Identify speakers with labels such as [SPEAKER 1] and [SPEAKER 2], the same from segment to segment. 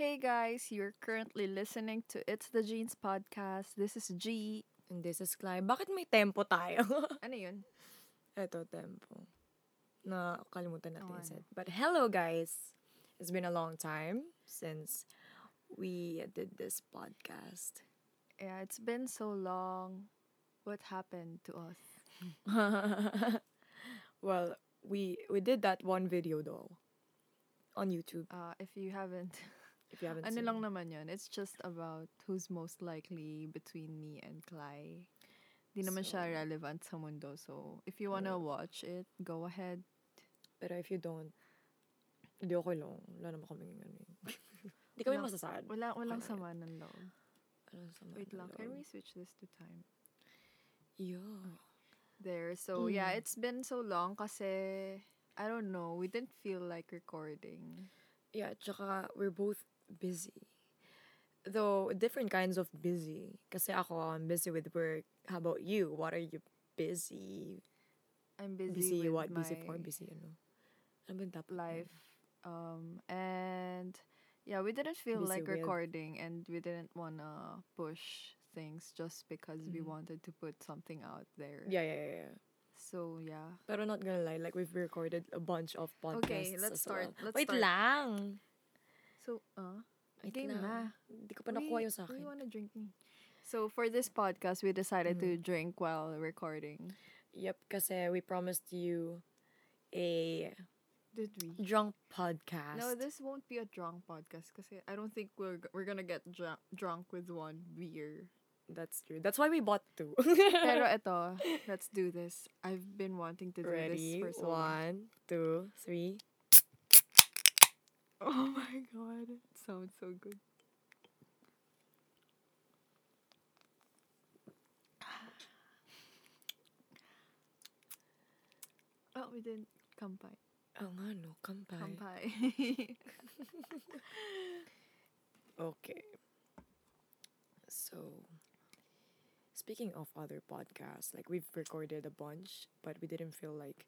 [SPEAKER 1] guys. You're currently listening to It's the Jeans podcast. This is G.
[SPEAKER 2] And this is Clive. Bakit may tempo tayo?
[SPEAKER 1] Ano yun?
[SPEAKER 2] Eto, tempo. Nakakalimutan natin
[SPEAKER 1] Oo,
[SPEAKER 2] yung
[SPEAKER 1] ano.
[SPEAKER 2] set. But hello, guys! It's been a long time since we did this podcast.
[SPEAKER 1] Yeah, it's been so long. What happened to us?
[SPEAKER 2] well, we we did that one video though on YouTube.
[SPEAKER 1] Uh, if you haven't,
[SPEAKER 2] If you haven't
[SPEAKER 1] ano
[SPEAKER 2] seen
[SPEAKER 1] lang
[SPEAKER 2] it.
[SPEAKER 1] naman yun. It's just about who's most likely between me and Clay. Di naman
[SPEAKER 2] So-
[SPEAKER 1] siya relevant sa mundo. So, if you wanna watch it, go ahead.
[SPEAKER 2] Pero if you don't, hindi okay lang. Wala naman kami ano eh. yun. Hindi kami
[SPEAKER 1] Wala-
[SPEAKER 2] masasad.
[SPEAKER 1] Wala, walang
[SPEAKER 2] Alright.
[SPEAKER 1] sama ng loob.
[SPEAKER 2] Ano sa mga
[SPEAKER 1] Wait lang, can
[SPEAKER 2] loob?
[SPEAKER 1] we switch this to time?
[SPEAKER 2] Yeah.
[SPEAKER 1] there. So yeah,
[SPEAKER 2] Mm.
[SPEAKER 1] it's been so long kasi I don't know, we didn't feel like recording.
[SPEAKER 2] Yeah, tsaka we're both busy. Though, different kinds of busy. Kasi ako, I'm busy with work. How about you? What are you busy?
[SPEAKER 1] I'm
[SPEAKER 2] Busy,
[SPEAKER 1] busy, with
[SPEAKER 2] what?
[SPEAKER 1] my
[SPEAKER 2] Busy for? Busy, ano? Ano ba yung dapat?
[SPEAKER 1] life. Um and yeah, we didn't feel
[SPEAKER 2] Busy
[SPEAKER 1] like
[SPEAKER 2] with-
[SPEAKER 1] recording and we didn't wanna push things just because we wanted to put something out there.
[SPEAKER 2] Yeah, yeah, yeah, yeah.
[SPEAKER 1] So yeah.
[SPEAKER 2] Pero not gonna lie, like we've recorded a bunch of podcasts
[SPEAKER 1] Okay, let's
[SPEAKER 2] as well.
[SPEAKER 1] start. Let's
[SPEAKER 2] Wait
[SPEAKER 1] start.
[SPEAKER 2] lang!
[SPEAKER 1] So uh
[SPEAKER 2] Wait
[SPEAKER 1] game
[SPEAKER 2] lang.
[SPEAKER 1] na.
[SPEAKER 2] Hindi ko pa nakuha yung sa
[SPEAKER 1] We
[SPEAKER 2] akin.
[SPEAKER 1] wanna drink me. Mm. So for this podcast we decided to drink while recording.
[SPEAKER 2] Yep, kasi we promised you a
[SPEAKER 1] Did we?
[SPEAKER 2] drunk podcast.
[SPEAKER 1] No, this won't be a drunk podcast because I don't think we're g- we're gonna get drunk drunk with one beer.
[SPEAKER 2] That's true. That's why we bought two.
[SPEAKER 1] Pero eto, let's do this. I've been wanting to do this
[SPEAKER 2] Ready?
[SPEAKER 1] for so long.
[SPEAKER 2] One, two, three.
[SPEAKER 1] Oh my god, it sounds so good. Oh, we didn't kampay.
[SPEAKER 2] Oh, nga, no. Kampay.
[SPEAKER 1] Kampay.
[SPEAKER 2] Okay. So, speaking of other podcasts, like we've recorded a bunch, but we didn't feel like,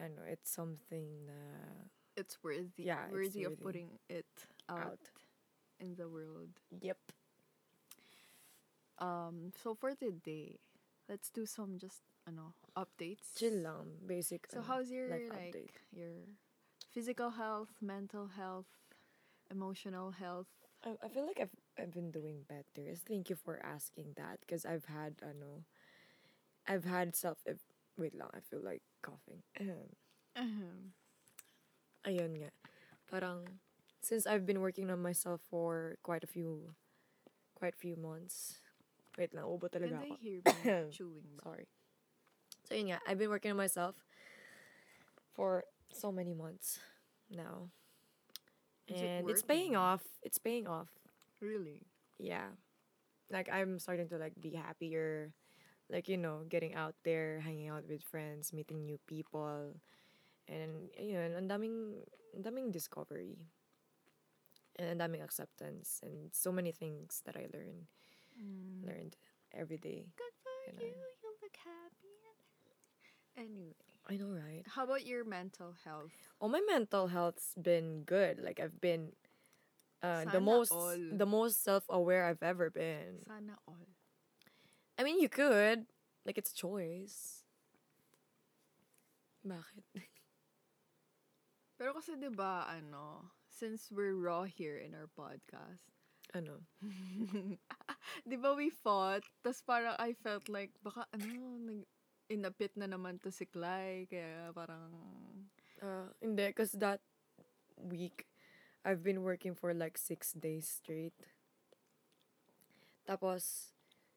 [SPEAKER 2] I don't know, it's something na...
[SPEAKER 1] it's worthy.
[SPEAKER 2] Yeah, it's
[SPEAKER 1] worthy of
[SPEAKER 2] worthy.
[SPEAKER 1] putting it out,
[SPEAKER 2] Out.
[SPEAKER 1] in the world.
[SPEAKER 2] Yep.
[SPEAKER 1] Um, so for today, let's do some just ano updates.
[SPEAKER 2] Chill lang, basic.
[SPEAKER 1] So
[SPEAKER 2] ano,
[SPEAKER 1] how's your
[SPEAKER 2] life
[SPEAKER 1] like
[SPEAKER 2] update.
[SPEAKER 1] your physical health, mental health, emotional health?
[SPEAKER 2] I, I feel like I've I've been doing better. Thank you for asking that because I've had I know, I've had self. ev- Wait lang, I feel like coughing. Um,
[SPEAKER 1] Uh-huh.
[SPEAKER 2] Ayun nga, parang since I've been working on myself for quite a few, quite few months. Wait lang, ubo
[SPEAKER 1] Can
[SPEAKER 2] talaga
[SPEAKER 1] they
[SPEAKER 2] ako.
[SPEAKER 1] hear me chewing?
[SPEAKER 2] Sorry. So yun nga, I've been working on myself for so many months now.
[SPEAKER 1] Is it
[SPEAKER 2] and it's
[SPEAKER 1] working?
[SPEAKER 2] paying off. It's paying off.
[SPEAKER 1] Really?
[SPEAKER 2] yeah like i'm starting to like be happier like you know getting out there hanging out with friends meeting new people and you know and daming ang daming discovery and ang daming acceptance and so many things that i learned learned every day
[SPEAKER 1] Good for
[SPEAKER 2] Ganun.
[SPEAKER 1] you. You look happy. Anyway,
[SPEAKER 2] i know right
[SPEAKER 1] how about your mental health?
[SPEAKER 2] oh my mental health's been good like i've been uh, the
[SPEAKER 1] Sana
[SPEAKER 2] most
[SPEAKER 1] all.
[SPEAKER 2] the most self-aware i've ever been
[SPEAKER 1] Sana all.
[SPEAKER 2] I mean, you could. Like, it's a choice. Bakit?
[SPEAKER 1] Pero kasi 'di ba ano, since we're raw here in our podcast,
[SPEAKER 2] Ano?
[SPEAKER 1] 'di ba we fought? Tapos parang I felt like baka ano, nag inapit na naman to si Clay kaya parang
[SPEAKER 2] Uh, hindi, because that week, I've been working for like six days straight. Tapos,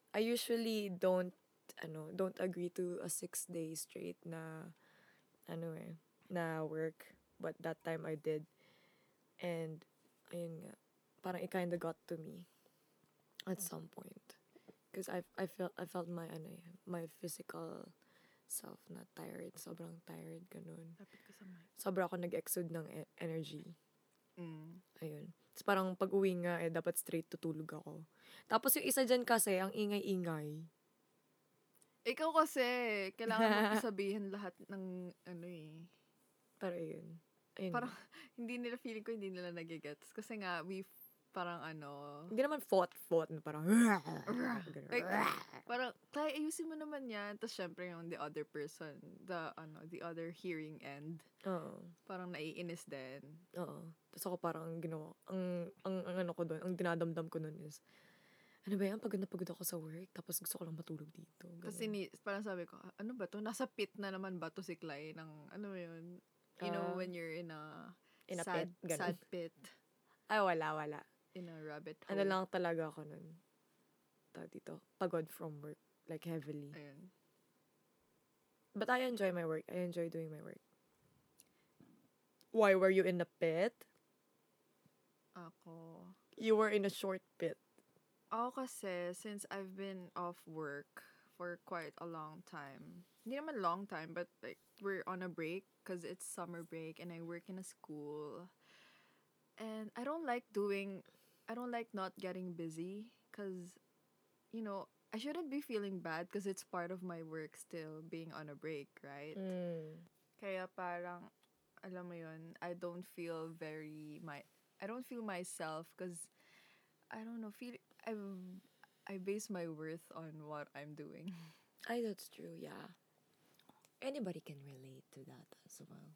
[SPEAKER 2] I usually don't, ano, don't agree to a six day straight na, ano eh, na work. But that time I did. And, ayun nga, parang it kinda got to me at some point. Because I, I felt, I felt my, ano eh, my physical self na tired. Sobrang tired, ganun
[SPEAKER 1] tapit ko sa mic.
[SPEAKER 2] sobra ako nag-exude ng e- energy.
[SPEAKER 1] Mm.
[SPEAKER 2] Ayun. Tapos parang pag-uwi nga, eh, dapat straight tutulog ako. Tapos yung isa dyan kasi, ang ingay-ingay.
[SPEAKER 1] Ikaw kasi kailangan mo sabihin lahat ng ano eh.
[SPEAKER 2] Pero ayun. Ayun.
[SPEAKER 1] Parang hindi nila feeling ko hindi nila nagigets kasi nga we parang ano,
[SPEAKER 2] Hindi naman fought, fought. na Parang, ganun.
[SPEAKER 1] Like, parang, Clay, ayusin mo naman yan. Tapos, syempre, yung the other person, the, ano, the other hearing end,
[SPEAKER 2] Oo.
[SPEAKER 1] parang naiinis din.
[SPEAKER 2] Oo. Tapos ako parang ang ginawa, ang, ang, ang ano ko doon, ang dinadamdam ko doon is, ano ba yan, pagod na pagod ako sa work, tapos gusto ko lang matulog dito.
[SPEAKER 1] Tapos,
[SPEAKER 2] ganun.
[SPEAKER 1] ini, parang sabi ko, "Ah, ano ba to? Nasa pit na naman ba to si Clay? Ng, ano yun? You know,
[SPEAKER 2] Ah.
[SPEAKER 1] when you're in a,
[SPEAKER 2] In a
[SPEAKER 1] sad,
[SPEAKER 2] pit, ganun.
[SPEAKER 1] sad pit.
[SPEAKER 2] Ay, wala, wala.
[SPEAKER 1] In a rabbit hole.
[SPEAKER 2] Ano lang talaga ako noon. Tawag dito, pagod from work, like heavily.
[SPEAKER 1] Ayun.
[SPEAKER 2] But I enjoy my work. I enjoy doing my work. Why were you in the pit?
[SPEAKER 1] Ako.
[SPEAKER 2] You were in a short pit.
[SPEAKER 1] Ako kasi, since I've been off work for quite a long time, hindi naman long time, but like, we're on a break because it's summer break and I work in a school. And I don't like doing, I don't like not getting busy because, you know, I shouldn't be feeling bad because it's part of my work still being on a break, right?
[SPEAKER 2] Mm.
[SPEAKER 1] Kaya parang, alam mo yun, I don't feel very, my, I don't feel myself because, I don't know, feel, I, I base my worth on what I'm doing.
[SPEAKER 2] Ay, that's true, yeah. Anybody can relate to that as well.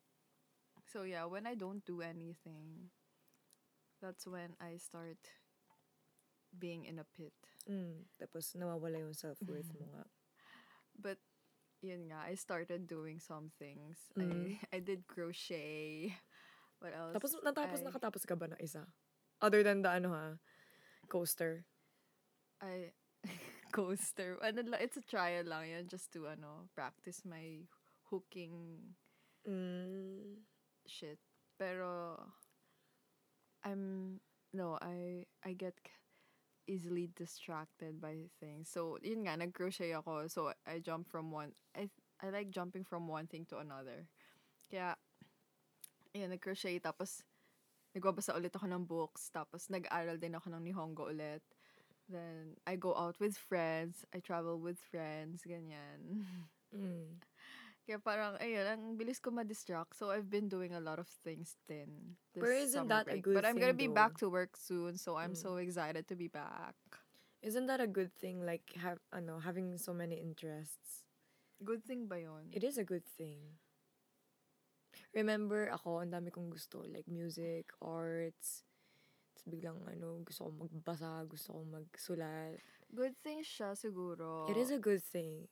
[SPEAKER 1] So yeah, when I don't do anything, that's when I start being in a pit.
[SPEAKER 2] Mm. Tapos nawawala yung self-worth mo nga.
[SPEAKER 1] But, yun nga, I started doing some things.
[SPEAKER 2] Mm.
[SPEAKER 1] I, I did crochet. What else?
[SPEAKER 2] Tapos natapos,
[SPEAKER 1] I-
[SPEAKER 2] nakatapos ka ba ng isa? Other than the ano ha, coaster.
[SPEAKER 1] I coaster. Ano, la- it's a trial lang yun just to ano, practice my hooking
[SPEAKER 2] Mm.
[SPEAKER 1] shit. Pero I'm no, I I get k- easily distracted by things. So, yun nga, nag-crochet ako. So, I jump from one, I, I like jumping from one thing to another. Kaya, yun, nag-crochet. Tapos, nagbabasa ulit ako ng books. Tapos, nag-aral din ako ng Nihongo ulit. Then, I go out with friends. I travel with friends. Ganyan.
[SPEAKER 2] Mm.
[SPEAKER 1] Kaya parang, ayun, ang bilis ko ma-distract. So, I've been doing a lot of things then. this
[SPEAKER 2] Pero isn't
[SPEAKER 1] summer
[SPEAKER 2] that a
[SPEAKER 1] break.
[SPEAKER 2] good
[SPEAKER 1] But I'm gonna
[SPEAKER 2] thing,
[SPEAKER 1] be
[SPEAKER 2] though?
[SPEAKER 1] back to work soon, so I'm
[SPEAKER 2] Mm.
[SPEAKER 1] so excited to be back.
[SPEAKER 2] Isn't that a good thing? Like have ano having so many interests.
[SPEAKER 1] Good thing ba yun?
[SPEAKER 2] It is a good thing. Remember, ako, ang dami kong gusto. Like, music, arts. Tapos biglang, ano, gusto kong magbasa, gusto kong magsulat.
[SPEAKER 1] good thing siya siguro.
[SPEAKER 2] It is a good thing.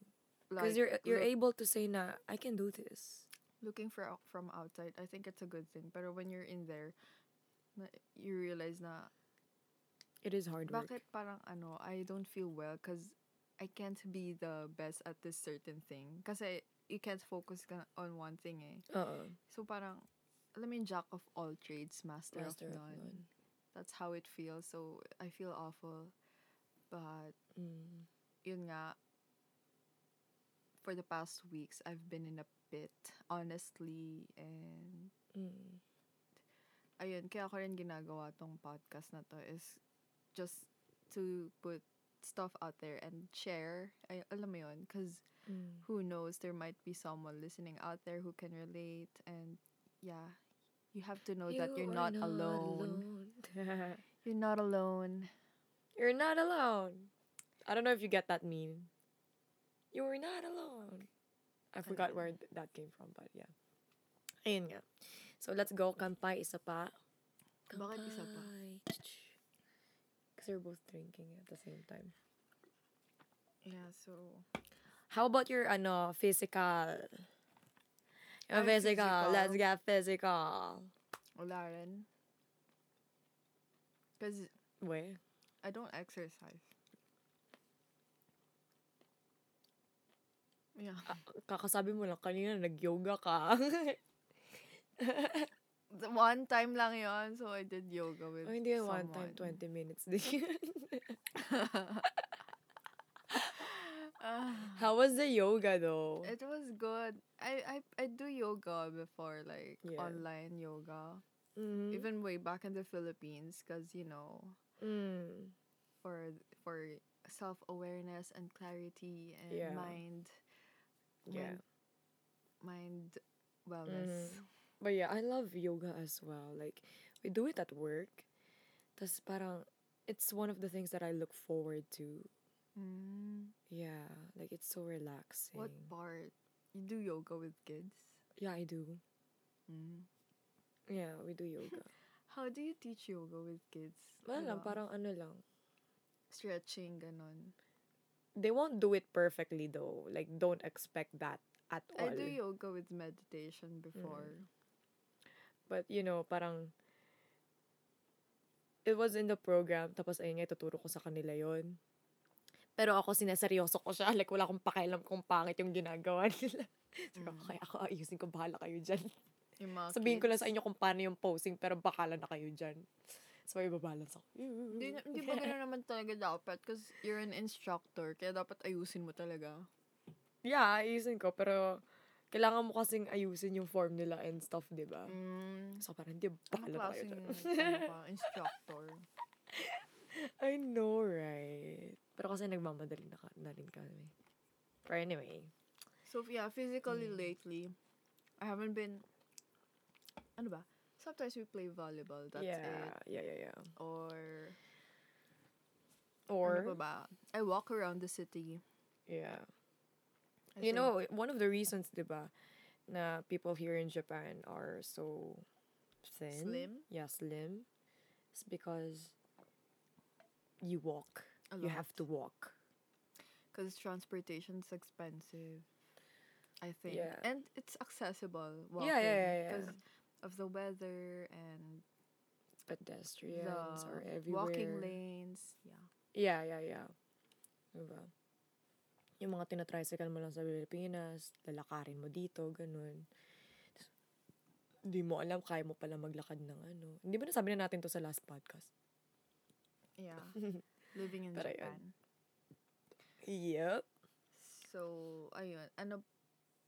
[SPEAKER 1] like,
[SPEAKER 2] Because you're, you're
[SPEAKER 1] look-
[SPEAKER 2] able to say na, I can do this.
[SPEAKER 1] looking for out- from outside, I think it's a good thing. Pero when you're in there, na, you realize na,
[SPEAKER 2] It is hard work.
[SPEAKER 1] bakit parang ano, I don't feel well because I can't be the best at this certain thing. Kasi you can't focus ka on one thing eh.
[SPEAKER 2] Oo.
[SPEAKER 1] So parang, alam mo yung jack of all trades, master,
[SPEAKER 2] Master
[SPEAKER 1] of,
[SPEAKER 2] of
[SPEAKER 1] none.
[SPEAKER 2] none.
[SPEAKER 1] That's how it feels. So I feel awful. But
[SPEAKER 2] Mm.
[SPEAKER 1] yun nga, for the past weeks, I've been in a pit, honestly. And
[SPEAKER 2] Mm.
[SPEAKER 1] ayun, kaya ko rin ginagawa tong podcast na to is just to put stuff out there and share. Ay, alam mo yun, because
[SPEAKER 2] Mm.
[SPEAKER 1] who knows there might be someone listening out there who can relate and yeah you have to know that you're
[SPEAKER 2] are
[SPEAKER 1] not, alone.
[SPEAKER 2] alone.
[SPEAKER 1] you're not alone
[SPEAKER 2] you're not alone. I don't know if you get that meme. You're not alone. I forgot
[SPEAKER 1] Ayan.
[SPEAKER 2] where th- that came from, but yeah. Ayun nga. So let's go. Kampay, isa pa.
[SPEAKER 1] Bakit isa pa?
[SPEAKER 2] Because we're both drinking at the same time.
[SPEAKER 1] yeah so
[SPEAKER 2] How about your, ano, physical? Yung
[SPEAKER 1] Ay,
[SPEAKER 2] physical.
[SPEAKER 1] physical.
[SPEAKER 2] Let's get physical.
[SPEAKER 1] wala rin because
[SPEAKER 2] Wait.
[SPEAKER 1] I don't exercise yeah
[SPEAKER 2] Ah, Kakasabi mo lang kanina, nag-yoga ka.
[SPEAKER 1] The one time lang yon so I did yoga with
[SPEAKER 2] oh, hindi.
[SPEAKER 1] someone.
[SPEAKER 2] One time, 20 minutes. din yun.
[SPEAKER 1] Ah.
[SPEAKER 2] How was the yoga though?
[SPEAKER 1] It was good. I, I I do yoga before, like
[SPEAKER 2] Yeah.
[SPEAKER 1] online yoga.
[SPEAKER 2] Mhm.
[SPEAKER 1] Even way back in the Philippines, cause you know
[SPEAKER 2] Mm.
[SPEAKER 1] for for self awareness and clarity and
[SPEAKER 2] Yeah.
[SPEAKER 1] mind,
[SPEAKER 2] Yeah.
[SPEAKER 1] mind mind wellness.
[SPEAKER 2] But yeah, I love yoga as well. Like we do it at work. Tas parang, it's one of the things that I look forward to.
[SPEAKER 1] Mm.
[SPEAKER 2] Yeah, like it's so relaxing.
[SPEAKER 1] What part? You do yoga with kids?
[SPEAKER 2] Yeah, I do.
[SPEAKER 1] Mm.
[SPEAKER 2] Yeah, we do yoga.
[SPEAKER 1] How do you teach yoga with kids?
[SPEAKER 2] Wala lang,
[SPEAKER 1] Ano?
[SPEAKER 2] parang ano lang.
[SPEAKER 1] stretching, ganon.
[SPEAKER 2] They won't do it perfectly though. Like, don't expect that at all.
[SPEAKER 1] I do yoga with meditation before.
[SPEAKER 2] Mm-hmm. But, you know, parang, it was in the program, tapos ayun nga, tuturo ko sa kanila yon Pero ako, sinaseryoso ko siya. Like, wala akong pakialam kung pangit yung ginagawa nila. Sabi ko,
[SPEAKER 1] Mm.
[SPEAKER 2] kaya ako ayusin ko, bahala kayo dyan.
[SPEAKER 1] Yung mga
[SPEAKER 2] Sabihin ko lang sa
[SPEAKER 1] kids.
[SPEAKER 2] inyo kung paano yung posing, pero bakala na kayo dyan. So, ibabalance ako.
[SPEAKER 1] Di,
[SPEAKER 2] Mm.
[SPEAKER 1] na- di ba gano'n naman talaga dapat? Because you're an instructor, kaya dapat ayusin mo talaga.
[SPEAKER 2] yeah, ayusin ko, pero kailangan mo kasing ayusin yung form nila and stuff, di ba?
[SPEAKER 1] Mm.
[SPEAKER 2] So, parang, di,
[SPEAKER 1] Ano
[SPEAKER 2] bakala na Oh. kayo
[SPEAKER 1] klaseng
[SPEAKER 2] dyan.
[SPEAKER 1] ano ka, instructor?
[SPEAKER 2] I know, right? Pero kasi nagmamadali na, ka- na rin kami. But anyway,
[SPEAKER 1] So, yeah, physically
[SPEAKER 2] Mm.
[SPEAKER 1] lately, I haven't been, ano ba? Sometimes we play volleyball, that's
[SPEAKER 2] yeah,
[SPEAKER 1] it.
[SPEAKER 2] yeah, yeah, yeah.
[SPEAKER 1] Or,
[SPEAKER 2] Or,
[SPEAKER 1] ano pa ba? I walk around the city.
[SPEAKER 2] yeah.
[SPEAKER 1] I
[SPEAKER 2] You
[SPEAKER 1] think-
[SPEAKER 2] know, one of the reasons, di ba, na people here in Japan are so thin.
[SPEAKER 1] Slim?
[SPEAKER 2] Yeah, slim. It's because you walk.
[SPEAKER 1] A
[SPEAKER 2] You
[SPEAKER 1] lot.
[SPEAKER 2] have to walk.
[SPEAKER 1] Because transportation's expensive. I think.
[SPEAKER 2] Yeah.
[SPEAKER 1] And it's accessible. Walking
[SPEAKER 2] yeah, yeah, yeah.
[SPEAKER 1] Because of the weather and
[SPEAKER 2] Pedestrians
[SPEAKER 1] the
[SPEAKER 2] are everywhere.
[SPEAKER 1] walking lanes. Yeah.
[SPEAKER 2] Yeah, yeah, yeah. Diba? Yung mga tinatricycle mo lang sa Pilipinas, lalakarin mo dito, ganun. Tas, Hindi mo alam, kaya mo pala maglakad ng ano. Hindi ba nasabi na natin to sa last podcast?
[SPEAKER 1] Yeah. Living in
[SPEAKER 2] Pero yun.
[SPEAKER 1] Japan.
[SPEAKER 2] Yep.
[SPEAKER 1] So, ayun. Ano,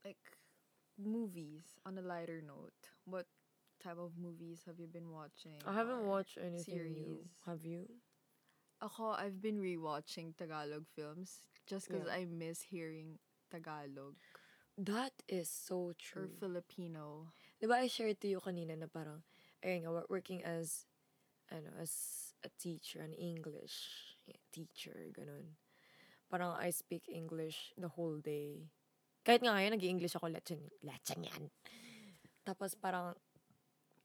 [SPEAKER 1] like, movies on a lighter note. What type of movies have you been watching?
[SPEAKER 2] I haven't
[SPEAKER 1] or-
[SPEAKER 2] watched anything new.
[SPEAKER 1] series.
[SPEAKER 2] Have you?
[SPEAKER 1] Ako, I've been rewatching Tagalog films just because I
[SPEAKER 2] Yeah.
[SPEAKER 1] miss hearing Tagalog
[SPEAKER 2] That is
[SPEAKER 1] or
[SPEAKER 2] so true.
[SPEAKER 1] Filipino.
[SPEAKER 2] Diba I shared to you kanina na parang, ayun nga, wo- working as, ano, as a teacher, an English teacher, ganun. Parang I speak English the whole day. Kahit nga ngayon, nag-i-English ako, lechon, lechon yan. Tapos parang,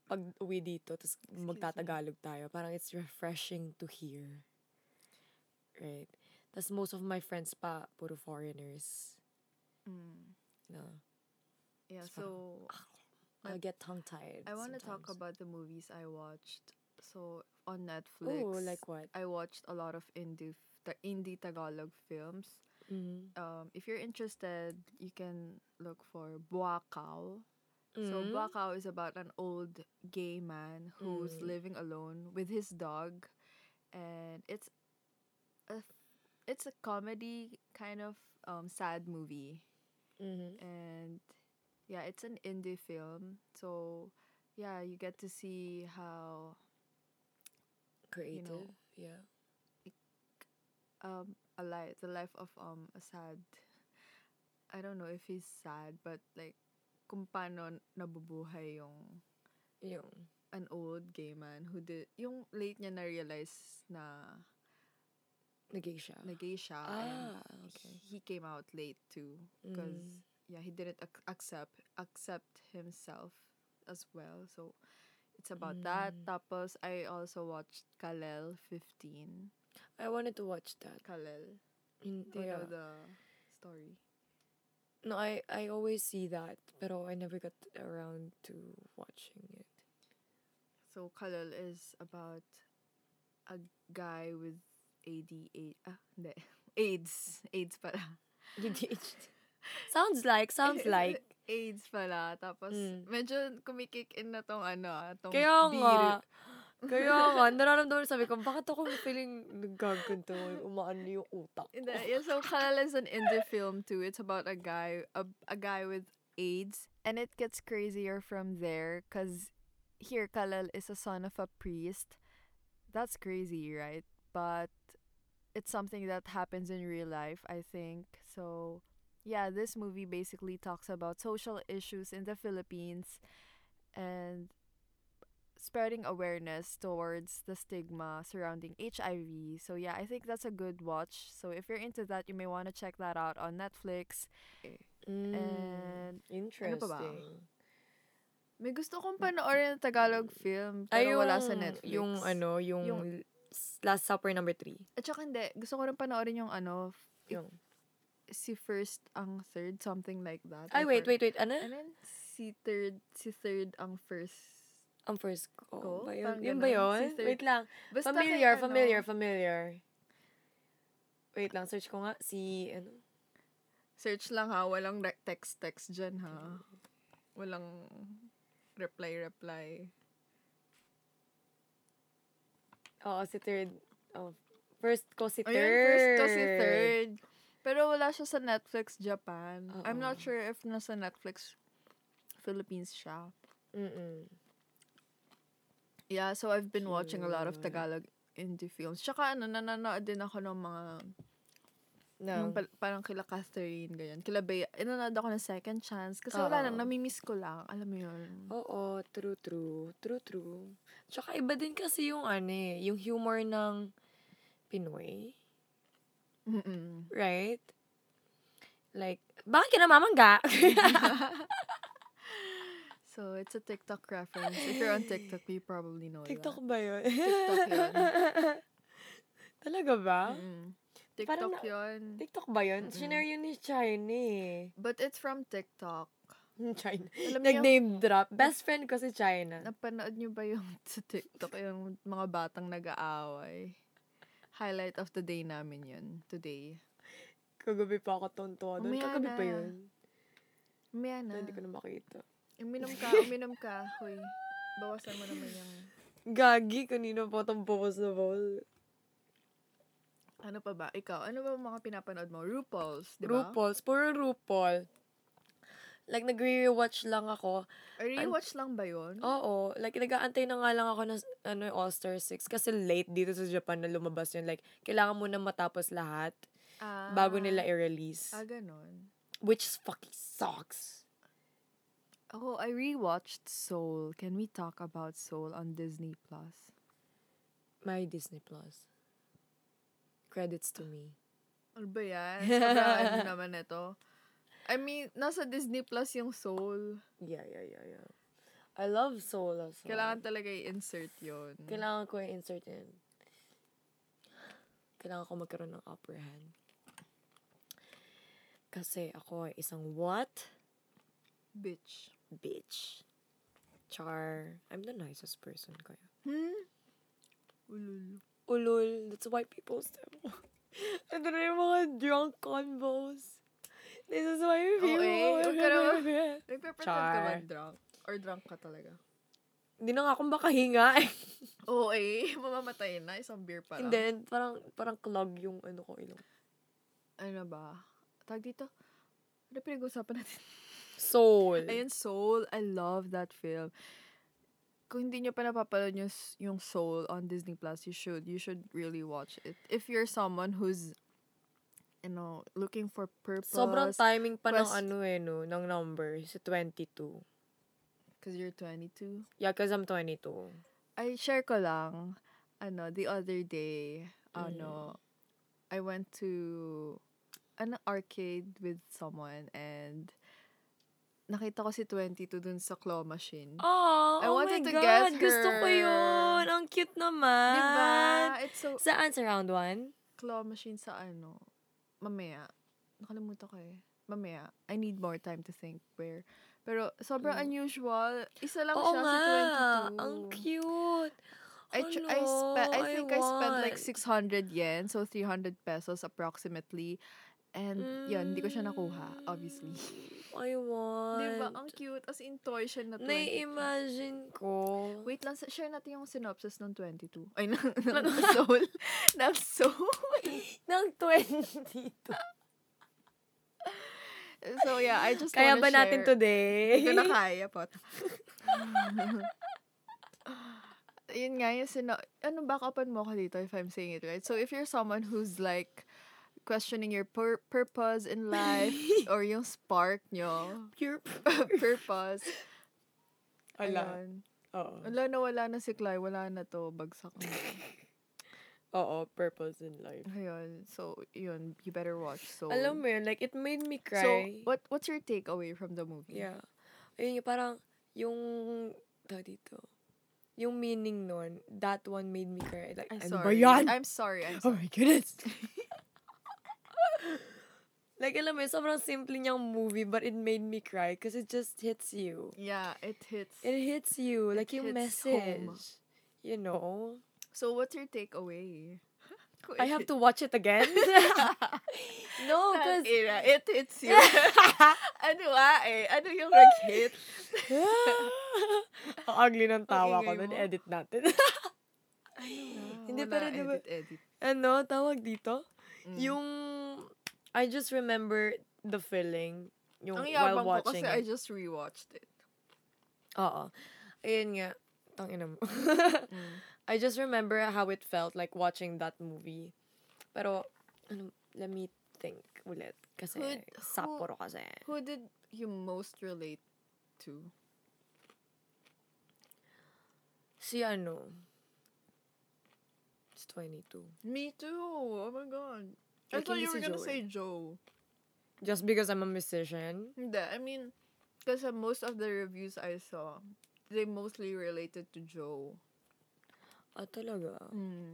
[SPEAKER 2] pag uwi dito, tapos
[SPEAKER 1] me.
[SPEAKER 2] magtatagalog tayo, parang it's refreshing to hear. Right? Tapos most of my friends pa, puro foreigners.
[SPEAKER 1] Mm. Ah,
[SPEAKER 2] No.
[SPEAKER 1] Yeah,
[SPEAKER 2] It's
[SPEAKER 1] so
[SPEAKER 2] I get tongue-tied
[SPEAKER 1] I want to talk
[SPEAKER 2] sometimes.
[SPEAKER 1] about the movies I watched. So on Netflix,
[SPEAKER 2] Oh, like what?
[SPEAKER 1] I watched a lot of indie the indie Tagalog films.
[SPEAKER 2] Mhm.
[SPEAKER 1] Um, if you're interested, you can look for Buakaw. So
[SPEAKER 2] Mm.
[SPEAKER 1] Buakaw is about an old gay man who's
[SPEAKER 2] Mm.
[SPEAKER 1] living alone with his dog, and it's a it's a comedy kind of um, sad movie.
[SPEAKER 2] Mhm.
[SPEAKER 1] and yeah, it's an indie film. So yeah, you get to see how
[SPEAKER 2] Creative.
[SPEAKER 1] know,
[SPEAKER 2] yeah.
[SPEAKER 1] um a life the life of um a sad. I don't know if he's sad, but like kung paano nabubuhay yung
[SPEAKER 2] Yung,
[SPEAKER 1] an old gay man who did yung late niya na realize na
[SPEAKER 2] nagay siya.
[SPEAKER 1] nagay siya and
[SPEAKER 2] ah, okay.
[SPEAKER 1] he came out late too because
[SPEAKER 2] Mm.
[SPEAKER 1] yeah he didn't ac- accept accept himself as well so it's about that
[SPEAKER 2] Mm.
[SPEAKER 1] tapos I also watched Kalel 15
[SPEAKER 2] I wanted to watch that.
[SPEAKER 1] Kalel
[SPEAKER 2] Hindi,
[SPEAKER 1] do you know
[SPEAKER 2] ah.
[SPEAKER 1] the story
[SPEAKER 2] No, I, I always see that, pero I never got around to watching it.
[SPEAKER 1] so Kalel is about a guy with ADA ah hindi AIDS AIDS pala
[SPEAKER 2] ADHD. sounds like, sounds like.
[SPEAKER 1] AIDS pala tapos
[SPEAKER 2] Mm.
[SPEAKER 1] medyo kumikick in na tong ano ah, tong
[SPEAKER 2] Kaya
[SPEAKER 1] beer.
[SPEAKER 2] nga, kaya nga, nararamdaman sabi ko, bakit ako feeling nagkaganto, umaano yung utak ko.
[SPEAKER 1] Hindi, yeah, so Kalal is an indie film too. It's about a guy, a, a guy with AIDS, and it gets crazier from there. Cause here Kalal is a son of a priest. That's crazy, right? But it's something that happens in real life, I think. So yeah, this movie basically talks about social issues in the Philippines, and spreading awareness towards the stigma surrounding HIV. So yeah, I think that's a good watch. So if you're into that, you may want to check that out on Netflix.
[SPEAKER 2] Mm,
[SPEAKER 1] And
[SPEAKER 2] interesting.
[SPEAKER 1] ba? may gusto kong panoorin na Tagalog film pero wala sa Netflix.
[SPEAKER 2] Mm. Yung ano, yung,
[SPEAKER 1] Yung-
[SPEAKER 2] Last Supper number 3.
[SPEAKER 1] At saka hindi, gusto ko rin panoorin yung ano, f-
[SPEAKER 2] Yung
[SPEAKER 1] si First ang Third, something like that.
[SPEAKER 2] Ay,
[SPEAKER 1] Or
[SPEAKER 2] wait,
[SPEAKER 1] fir-
[SPEAKER 2] wait, wait. Ano?
[SPEAKER 1] I mean, si Third, si Third ang First.
[SPEAKER 2] Ang first ko.
[SPEAKER 1] Ko?
[SPEAKER 2] Ba yun?
[SPEAKER 1] Parang
[SPEAKER 2] Yun ba
[SPEAKER 1] ganun.
[SPEAKER 2] yun?
[SPEAKER 1] Si third-
[SPEAKER 2] Wait lang.
[SPEAKER 1] Basta kay
[SPEAKER 2] familiar,
[SPEAKER 1] ano,
[SPEAKER 2] familiar, familiar. Wait lang, search ko nga. Si, ano?
[SPEAKER 1] Search lang ha, walang re- text-text dyan ha. Walang reply-reply.
[SPEAKER 2] Oo, si third. Oh, first ko si third.
[SPEAKER 1] Ayun, first to si third. Pero wala siya sa Netflix Japan. I'm
[SPEAKER 2] Oo.
[SPEAKER 1] not sure if nasa Netflix Philippines siya.
[SPEAKER 2] Mm-mm.
[SPEAKER 1] Yeah, so I've been watching a lot of
[SPEAKER 2] Cute.
[SPEAKER 1] Tagalog indie films. Tsaka ano, nanonood din ako ng mga,
[SPEAKER 2] No.
[SPEAKER 1] yung pal- parang kila Catherine, ganyan. Kila Bea, inanood ako ng Second Chance. Kasi wala lang,
[SPEAKER 2] Oo.
[SPEAKER 1] namimiss ko lang. Alam mo yun.
[SPEAKER 2] Oo, true, true. True, true. Tsaka iba din kasi yung ano eh, yung humor ng Pinoy. Oh.
[SPEAKER 1] Mm-mm.
[SPEAKER 2] Right? Like, bakit ka namamangga?
[SPEAKER 1] So, it's a TikTok reference. If you're on TikTok, you probably know
[SPEAKER 2] TikTok
[SPEAKER 1] that.
[SPEAKER 2] ba yun?
[SPEAKER 1] TikTok yun.
[SPEAKER 2] Talaga ba?
[SPEAKER 1] Mm-mm. TikTok
[SPEAKER 2] Parang na-
[SPEAKER 1] yun.
[SPEAKER 2] TikTok ba yun?
[SPEAKER 1] Mm. Mm-mm.
[SPEAKER 2] Shinare yun ni China eh.
[SPEAKER 1] But it's from TikTok.
[SPEAKER 2] China.
[SPEAKER 1] Alam niyo-
[SPEAKER 2] Nag-name drop. Best friend ko si China.
[SPEAKER 1] Napanood niyo ba yung sa TikTok, yung mga batang nag-aaway? Highlight of the day namin yun, today.
[SPEAKER 2] Kagabi pa ako tontuwa doon.
[SPEAKER 1] Umaya
[SPEAKER 2] Kagabi pa
[SPEAKER 1] na.
[SPEAKER 2] yun.
[SPEAKER 1] Umiya
[SPEAKER 2] Na,
[SPEAKER 1] na.
[SPEAKER 2] Hindi ko na makita.
[SPEAKER 1] ano? Uminom ka, uminom ka. Hoy, bawasan mo naman yung...
[SPEAKER 2] Gagi, kanina pa itong bawas na bawas.
[SPEAKER 1] Ano pa ba? Ikaw, ano ba mga pinapanood mo? RuPaul's, di ba?
[SPEAKER 2] RuPaul's. Puro RuPaul. Like, nagre-rewatch lang ako.
[SPEAKER 1] Ay, Rewatch lang ba yun?
[SPEAKER 2] Oh, Oo. Like, nag-aantay na nga lang ako ng ano, All-Star 6. Kasi late dito sa Japan na lumabas yun. Like, kailangan mo na matapos lahat
[SPEAKER 1] Ah,
[SPEAKER 2] bago nila i-release.
[SPEAKER 1] Ah, ganun.
[SPEAKER 2] Which fucking sucks.
[SPEAKER 1] Ako, Oh, I rewatched Soul. Can we talk about Soul on Disney+. Plus?
[SPEAKER 2] My Disney Plus. Credits to me.
[SPEAKER 1] Ano ba yan? Sobrang ano naman ito. I mean, nasa Disney Plus yung Soul.
[SPEAKER 2] Yeah, yeah, yeah, yeah. I love Soul as well.
[SPEAKER 1] Kailangan talaga i-insert yun.
[SPEAKER 2] Kailangan ko i-insert yun. Kailangan ko magkaroon ng upper hand. Kasi ako ay isang what?
[SPEAKER 1] Bitch.
[SPEAKER 2] Bitch. Char. I'm the nicest person kaya.
[SPEAKER 1] Hmm? Ulul.
[SPEAKER 2] Ulul. That's why people still. Ito na yung mga drunk convos. This is why people...
[SPEAKER 1] eh. Huwag ka na- Nagpe-pretend ka ba
[SPEAKER 2] Char.
[SPEAKER 1] drunk? Or drunk ka talaga?
[SPEAKER 2] Hindi na nga akong makahinga.
[SPEAKER 1] Oo eh. Mamamatay na. Isang beer pa lang.
[SPEAKER 2] Hindi, parang, parang clog yung ano ko ilong.
[SPEAKER 1] Ano ba? Tag dito. Ano pinag-usapan natin?
[SPEAKER 2] Soul.
[SPEAKER 1] Ayun, Soul. I love that film. Kung hindi nyo pa napapanood yung, yung Soul on Disney Plus, you should. You should really watch it. If you're someone who's, you know, looking for purpose.
[SPEAKER 2] Sobrang timing pa ng
[SPEAKER 1] quest-
[SPEAKER 2] ano eh, no, ng number. Si 22.
[SPEAKER 1] Because you're 22.
[SPEAKER 2] Yeah, cause I'm 22.
[SPEAKER 1] I share ko lang, ano, the other day,
[SPEAKER 2] Mm.
[SPEAKER 1] ano, I went to an arcade with someone and nakita ko si 22 dun sa claw machine.
[SPEAKER 2] Oh,
[SPEAKER 1] I
[SPEAKER 2] oh
[SPEAKER 1] wanted
[SPEAKER 2] my
[SPEAKER 1] to
[SPEAKER 2] God.
[SPEAKER 1] get
[SPEAKER 2] Gusto ko
[SPEAKER 1] her.
[SPEAKER 2] yun. Ang cute naman.
[SPEAKER 1] Diba? It's so,
[SPEAKER 2] Saan? Sa round 1?
[SPEAKER 1] claw machine sa ano, mamaya. Nakalimutan ko eh. Mamaya. I need more time to think where. Pero sobrang unusual. Isa lang
[SPEAKER 2] Mm. Oo
[SPEAKER 1] siya
[SPEAKER 2] nga.
[SPEAKER 1] si 22.
[SPEAKER 2] Ang cute.
[SPEAKER 1] I, tr- I, spe-
[SPEAKER 2] Hello,
[SPEAKER 1] I think I, spent like
[SPEAKER 2] want.
[SPEAKER 1] 600 yen, so 300 pesos approximately. And yun, hindi ko siya nakuha, obviously.
[SPEAKER 2] Mm, I want.
[SPEAKER 1] Di ba? Ang cute. As in, toy siya na 20.
[SPEAKER 2] Nai-imagine ko.
[SPEAKER 1] Wait lang, share natin yung synopsis ng 22. Ay, ng,
[SPEAKER 2] Ano?
[SPEAKER 1] ng soul. ng soul.
[SPEAKER 2] Nang 22.
[SPEAKER 1] So yeah, I just
[SPEAKER 2] Kaya
[SPEAKER 1] wanna
[SPEAKER 2] ba natin
[SPEAKER 1] share-
[SPEAKER 2] today?
[SPEAKER 1] Hindi ko na kaya po. Yun nga, yung sino... Ano, back upan mo ako dito if I'm saying it right. So, if you're someone who's like questioning your pur- purpose in life or yung spark nyo,
[SPEAKER 2] Pure
[SPEAKER 1] purpose,
[SPEAKER 2] Ala.
[SPEAKER 1] ayun.
[SPEAKER 2] Oo.
[SPEAKER 1] Wala na, wala na si Cly. Wala na to. Bagsak na.
[SPEAKER 2] Oo, purpose in life.
[SPEAKER 1] Ayun. So, yun. You better watch. So,
[SPEAKER 2] Alam mo yun, like, it made me cry.
[SPEAKER 1] So, what, what's your takeaway from the movie?
[SPEAKER 2] Yeah. Ayun yung parang, yung, tawag dito, yung meaning nun, that one made me cry. Like,
[SPEAKER 1] I'm
[SPEAKER 2] ano ba
[SPEAKER 1] sorry.
[SPEAKER 2] yan?
[SPEAKER 1] I'm sorry. I'm
[SPEAKER 2] oh
[SPEAKER 1] sorry.
[SPEAKER 2] my goodness! like, alam mo yun, sobrang simple niyang movie, but it made me cry because it just hits you.
[SPEAKER 1] Yeah, it hits.
[SPEAKER 2] It hits you, like yung
[SPEAKER 1] hits
[SPEAKER 2] message.
[SPEAKER 1] home.
[SPEAKER 2] You know?
[SPEAKER 1] So, what's your takeaway?
[SPEAKER 2] I have to watch it again? no,
[SPEAKER 1] Tang
[SPEAKER 2] because...
[SPEAKER 1] ina, it hits you. ano ah eh? Ano yung nag-hit?
[SPEAKER 2] Ang ugly ng tawa ko
[SPEAKER 1] ingay mo.
[SPEAKER 2] nun. Edit natin. Hindi,
[SPEAKER 1] Wala,
[SPEAKER 2] pero di ba-
[SPEAKER 1] edit, edit.
[SPEAKER 2] ano, tawag dito?
[SPEAKER 1] Mm.
[SPEAKER 2] Yung, I just remember the feeling. Yung
[SPEAKER 1] Ang
[SPEAKER 2] while
[SPEAKER 1] yabang ko
[SPEAKER 2] watching
[SPEAKER 1] kasi I
[SPEAKER 2] it.
[SPEAKER 1] just rewatched it.
[SPEAKER 2] Oo. Ayun nga. Tangina mo.
[SPEAKER 1] Mm.
[SPEAKER 2] I just remember how it felt like watching that movie. Pero, ano, let me think ulit. Kasi,
[SPEAKER 1] Who'd- who-
[SPEAKER 2] Sapporo kasi.
[SPEAKER 1] Who did you most relate to?
[SPEAKER 2] Si ano, it's 22.
[SPEAKER 1] Me too. Oh my god. I
[SPEAKER 2] Like,
[SPEAKER 1] thought
[SPEAKER 2] hindi
[SPEAKER 1] you were
[SPEAKER 2] si
[SPEAKER 1] gonna
[SPEAKER 2] Joel.
[SPEAKER 1] say Joe.
[SPEAKER 2] Just because I'm a musician.
[SPEAKER 1] Hindi, I mean, because most of the reviews I saw, they mostly related to Joe.
[SPEAKER 2] Ah, talaga.
[SPEAKER 1] Mm.
[SPEAKER 2] Hmm.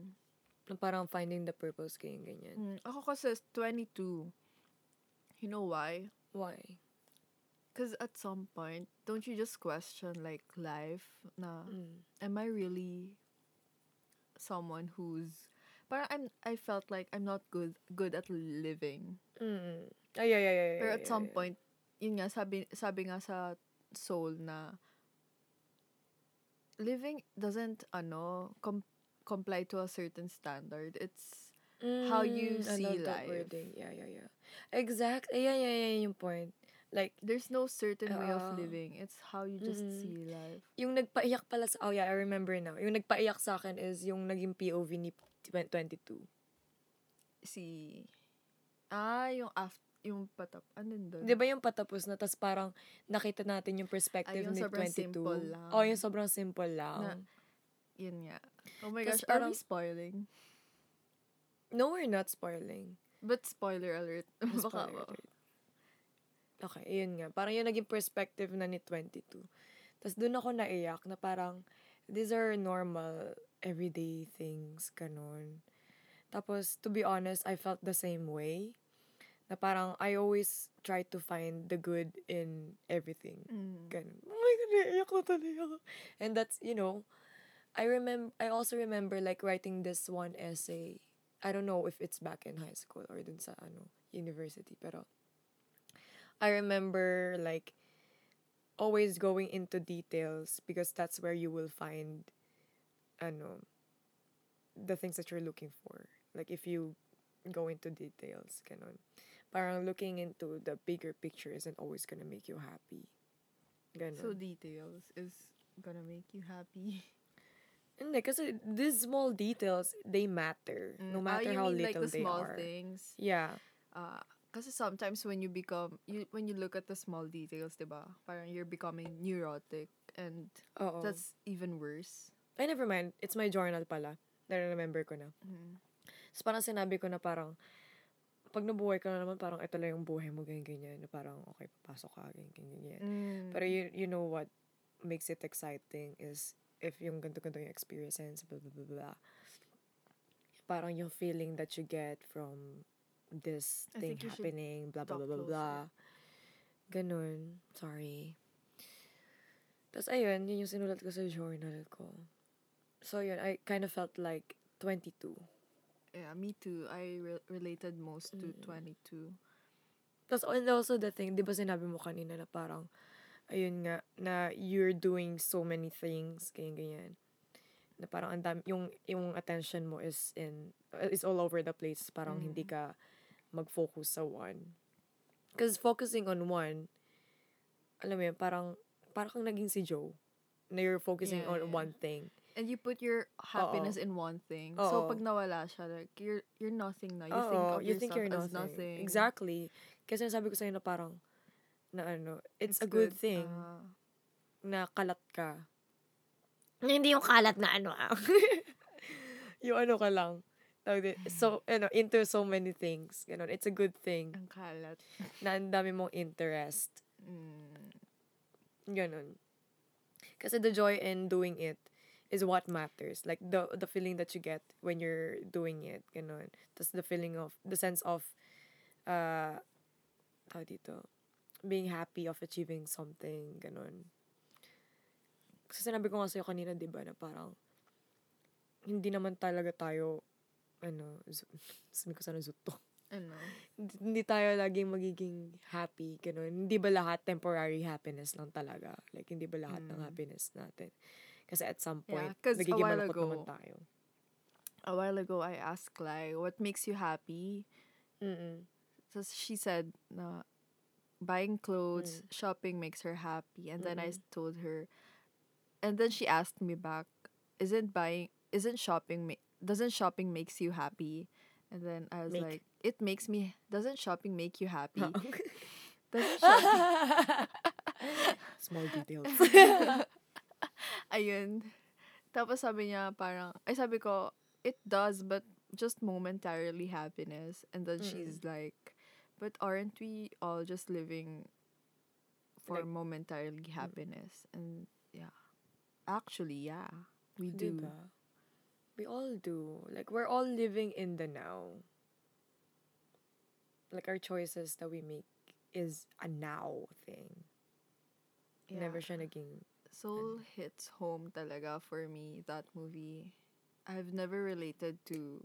[SPEAKER 2] Na parang finding the purpose kayong ganyan.
[SPEAKER 1] Mm. Ako kasi 22. You know why?
[SPEAKER 2] Why?
[SPEAKER 1] Because at some point, don't you just question like life? Na
[SPEAKER 2] Mm.
[SPEAKER 1] am I really someone who's? But I'm. I felt like I'm not good good at living.
[SPEAKER 2] Mm. Ay, ay, ay, ay, ay,
[SPEAKER 1] Pero
[SPEAKER 2] ay,
[SPEAKER 1] at some
[SPEAKER 2] ay.
[SPEAKER 1] point, yun nga sabi sabi nga sa soul na living doesn't ano com- comply to a certain standard. It's how you
[SPEAKER 2] Mm, I
[SPEAKER 1] see
[SPEAKER 2] love that
[SPEAKER 1] life.
[SPEAKER 2] wording. Yeah, yeah, yeah. Exact. eh, Ay, ay, ay, ay, yung point. Like,
[SPEAKER 1] there's no certain way
[SPEAKER 2] Oo.
[SPEAKER 1] of living. It's how you just
[SPEAKER 2] Mm-mm.
[SPEAKER 1] see life.
[SPEAKER 2] yung nagpaiyak pala sa, oh yeah, I remember now. Yung nagpaiyak sa akin is yung naging POV ni 22.
[SPEAKER 1] Si ah yung aft yung patap ano yun doon?
[SPEAKER 2] Di ba yung patapos na, tas parang nakita natin yung perspective
[SPEAKER 1] Ay, yung
[SPEAKER 2] ni
[SPEAKER 1] sobrang
[SPEAKER 2] 22.
[SPEAKER 1] simple lang.
[SPEAKER 2] Oh, yung sobrang simple lang.
[SPEAKER 1] Na- Yun nga. Oh my gosh, are we
[SPEAKER 2] Tas parang-
[SPEAKER 1] spoiling?
[SPEAKER 2] no, we're not spoiling.
[SPEAKER 1] But spoiler alert.
[SPEAKER 2] Mas
[SPEAKER 1] Baka
[SPEAKER 2] Oh, spoiler
[SPEAKER 1] ba?
[SPEAKER 2] alert. Okay, yun nga. Parang yung naging perspective na ni 22. Tapos doon ako naiyak na parang, these are normal, everyday things, ganun. Tapos, to be honest, I felt the same way. Na parang, I always try to find the good in everything.
[SPEAKER 1] Mm.
[SPEAKER 2] Ganun. Oh my God, naiiyak na talaga ako. And that's, you know, I remember, I also remember like writing this one essay. I don't know if it's back in high school or dun sa ano, university, pero I remember like always going into details because that's where you will find ano the things that you're looking for. Like if you go into details, ganun. Parang looking into the bigger picture isn't always gonna make you happy. Ganun.
[SPEAKER 1] So details is gonna make you happy.
[SPEAKER 2] Hindi, kasi these small details, they matter.
[SPEAKER 1] Mm.
[SPEAKER 2] No
[SPEAKER 1] Ah,
[SPEAKER 2] matter
[SPEAKER 1] you
[SPEAKER 2] how
[SPEAKER 1] mean, like
[SPEAKER 2] little
[SPEAKER 1] the
[SPEAKER 2] they
[SPEAKER 1] small
[SPEAKER 2] are.
[SPEAKER 1] things.
[SPEAKER 2] Yeah.
[SPEAKER 1] Uh, kasi sometimes when you become you when you look at the small details, 'di ba? Parang you're becoming neurotic and
[SPEAKER 2] Oo.
[SPEAKER 1] that's even worse.
[SPEAKER 2] Ay, never mind. It's my journal pala. Na-remember ko na.
[SPEAKER 1] Mm.
[SPEAKER 2] So, parang sinabi ko na parang, pag nabuhay ka na naman, parang ito lang yung buhay mo, ganyan, ganyan. Na parang, okay, papasok ka, ganyan, ganyan, ganyan. Pero
[SPEAKER 1] Mm.
[SPEAKER 2] you, you know what makes it exciting is if yung ganito-ganito yung experiences, blah, blah, blah, blah. Parang yung feeling that you get from this
[SPEAKER 1] I
[SPEAKER 2] thing
[SPEAKER 1] think you should
[SPEAKER 2] happening, blah, blah,
[SPEAKER 1] talk
[SPEAKER 2] blah, blah, blah. Ganun. Sorry. Tapos ayun, yun yung sinulat ko sa journal ko. So yun, I kind of felt like 22.
[SPEAKER 1] yeah, me too. I re- related most to
[SPEAKER 2] Mm.
[SPEAKER 1] 22.
[SPEAKER 2] Tapos and also the thing, di ba sinabi mo kanina na parang, ayun nga, na you're doing so many things, ganyan, ganyan. Na parang ang dami, yung, yung attention mo is in, is all over the place. Parang hindi
[SPEAKER 1] Mm.
[SPEAKER 2] ka mag-focus sa one. Because focusing on one, alam mo yun, parang, parang kang naging si Joe. Na you're focusing
[SPEAKER 1] Yeah, yeah.
[SPEAKER 2] on one thing.
[SPEAKER 1] And you put your happiness in one thing. So
[SPEAKER 2] Oo.
[SPEAKER 1] pag nawala siya, like you're you're nothing now. You
[SPEAKER 2] Oo,
[SPEAKER 1] think of
[SPEAKER 2] you think
[SPEAKER 1] yourself
[SPEAKER 2] you're
[SPEAKER 1] as
[SPEAKER 2] nothing.
[SPEAKER 1] nothing.
[SPEAKER 2] Exactly. Kasi nasabi ko sa'yo na parang, na ano, it's, a good, thing
[SPEAKER 1] ah.
[SPEAKER 2] na kalat ka. Na Hindi yung kalat na ano ah. yung ano ka lang. Tawag di- So, ano, into so many things. Ganun. It's a good thing
[SPEAKER 1] Ang kalat.
[SPEAKER 2] na ang dami mong interest.
[SPEAKER 1] Mm,
[SPEAKER 2] Ganun. Kasi the joy in doing it is what matters. Like, the the feeling that you get when you're doing it. Ganun. Tapos the feeling of, the sense of, uh, tawag dito, being happy of achieving something. Ganun. Kasi sinabi ko nga sa'yo kanina, di ba, na parang, hindi naman talaga tayo, ano, zu- sabi ko sana zuto
[SPEAKER 1] ano?
[SPEAKER 2] hindi tayo laging magiging happy, ganun. Hindi ba lahat temporary happiness lang talaga? Like, hindi ba lahat ng
[SPEAKER 1] Mm.
[SPEAKER 2] happiness natin? Kasi at some
[SPEAKER 1] Yeah,
[SPEAKER 2] point,
[SPEAKER 1] 'cause a
[SPEAKER 2] nagiging
[SPEAKER 1] while
[SPEAKER 2] malungkot naman
[SPEAKER 1] ago-
[SPEAKER 2] tayo.
[SPEAKER 1] A while ago, I asked Clay, what makes you happy?
[SPEAKER 2] Mm-mm.
[SPEAKER 1] So she said na buying clothes, shopping makes her happy. And then I s- told her and then she asked me back, isn't buying isn't shopping ma- doesn't shopping makes you happy? And then I was like,
[SPEAKER 2] Make.
[SPEAKER 1] it makes me doesn't shopping make you happy? Doesn't shopping
[SPEAKER 2] Small details.
[SPEAKER 1] ayun. Tapos sabi niya parang ay sabi ko, it does but just momentarily happiness. And then
[SPEAKER 2] Mm.
[SPEAKER 1] she's like, but aren't we all just living for
[SPEAKER 2] Like- mm.
[SPEAKER 1] momentarily happiness? And yeah. Actually, yeah. We do.
[SPEAKER 2] diba? We all do. Like, we're all living in the now. Like, our choices that we make is a now thing.
[SPEAKER 1] Yeah.
[SPEAKER 2] Never siya naging...
[SPEAKER 1] Soul hits home talaga for me that movie. I've never related to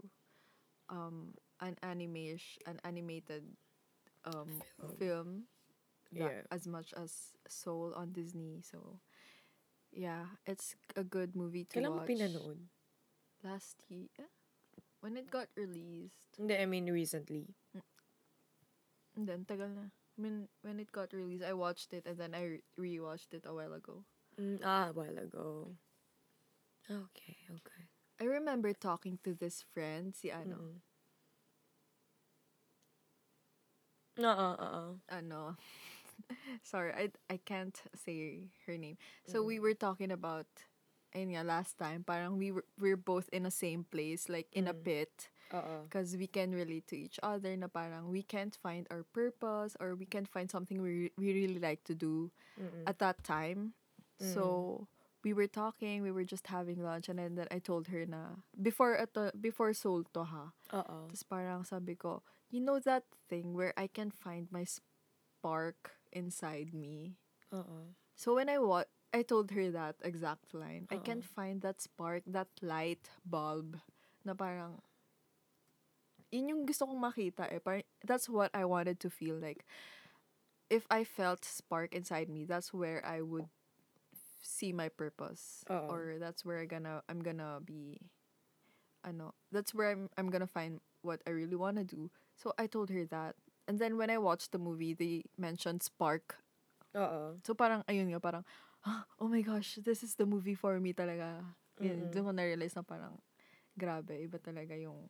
[SPEAKER 1] um an animation an animated um film, that
[SPEAKER 2] Yeah.
[SPEAKER 1] as much as Soul on Disney. So yeah, it's a good movie to
[SPEAKER 2] Kailan mo
[SPEAKER 1] watch.
[SPEAKER 2] pinanood?
[SPEAKER 1] Last year when it got released.
[SPEAKER 2] Hindi, I mean, recently.
[SPEAKER 1] And then tagal na. I mean, when it got released, I watched it and then I re- rewatched it a while ago.
[SPEAKER 2] Mm, ah, a while ago. Okay, okay.
[SPEAKER 1] I remember talking to this friend, si ano,
[SPEAKER 2] Mm-mm.
[SPEAKER 1] Uh-uh,
[SPEAKER 2] Oo, oo.
[SPEAKER 1] ano sorry I I can't say her name. So we were talking about ayun nga last time parang we were we're both in the same place like in a
[SPEAKER 2] Mm.
[SPEAKER 1] pit
[SPEAKER 2] Oo.
[SPEAKER 1] because we can relate to each other na parang we can't find our purpose or we can't find something we re- we really like to do
[SPEAKER 2] Mm-mm.
[SPEAKER 1] at that time.
[SPEAKER 2] Mm.
[SPEAKER 1] So we were talking, we were just having lunch and then, then I told her na before ito, before soul to ha.
[SPEAKER 2] Oo.
[SPEAKER 1] Tapos parang sabi ko, you know that thing where I can find my spark inside me?
[SPEAKER 2] Oo.
[SPEAKER 1] uh-uh. So when I wa- I told her that exact line. I
[SPEAKER 2] Oo.
[SPEAKER 1] can find that spark, that light bulb na parang yun yung gusto kong makita eh. Parang, that's what I wanted to feel like. If I felt spark inside me, that's where I would see my purpose
[SPEAKER 2] Oo.
[SPEAKER 1] or that's where I gonna I'm gonna be ano, that's where I'm I'm gonna find what I really wanna do. So I told her that. And then when I watched the movie, they mentioned spark
[SPEAKER 2] Oo.
[SPEAKER 1] So parang ayun nga parang "Ah, oh my gosh, this is the movie for me talaga. Yun,
[SPEAKER 2] Mm-mm.
[SPEAKER 1] doon ko na-realize na parang grabe, iba talaga yung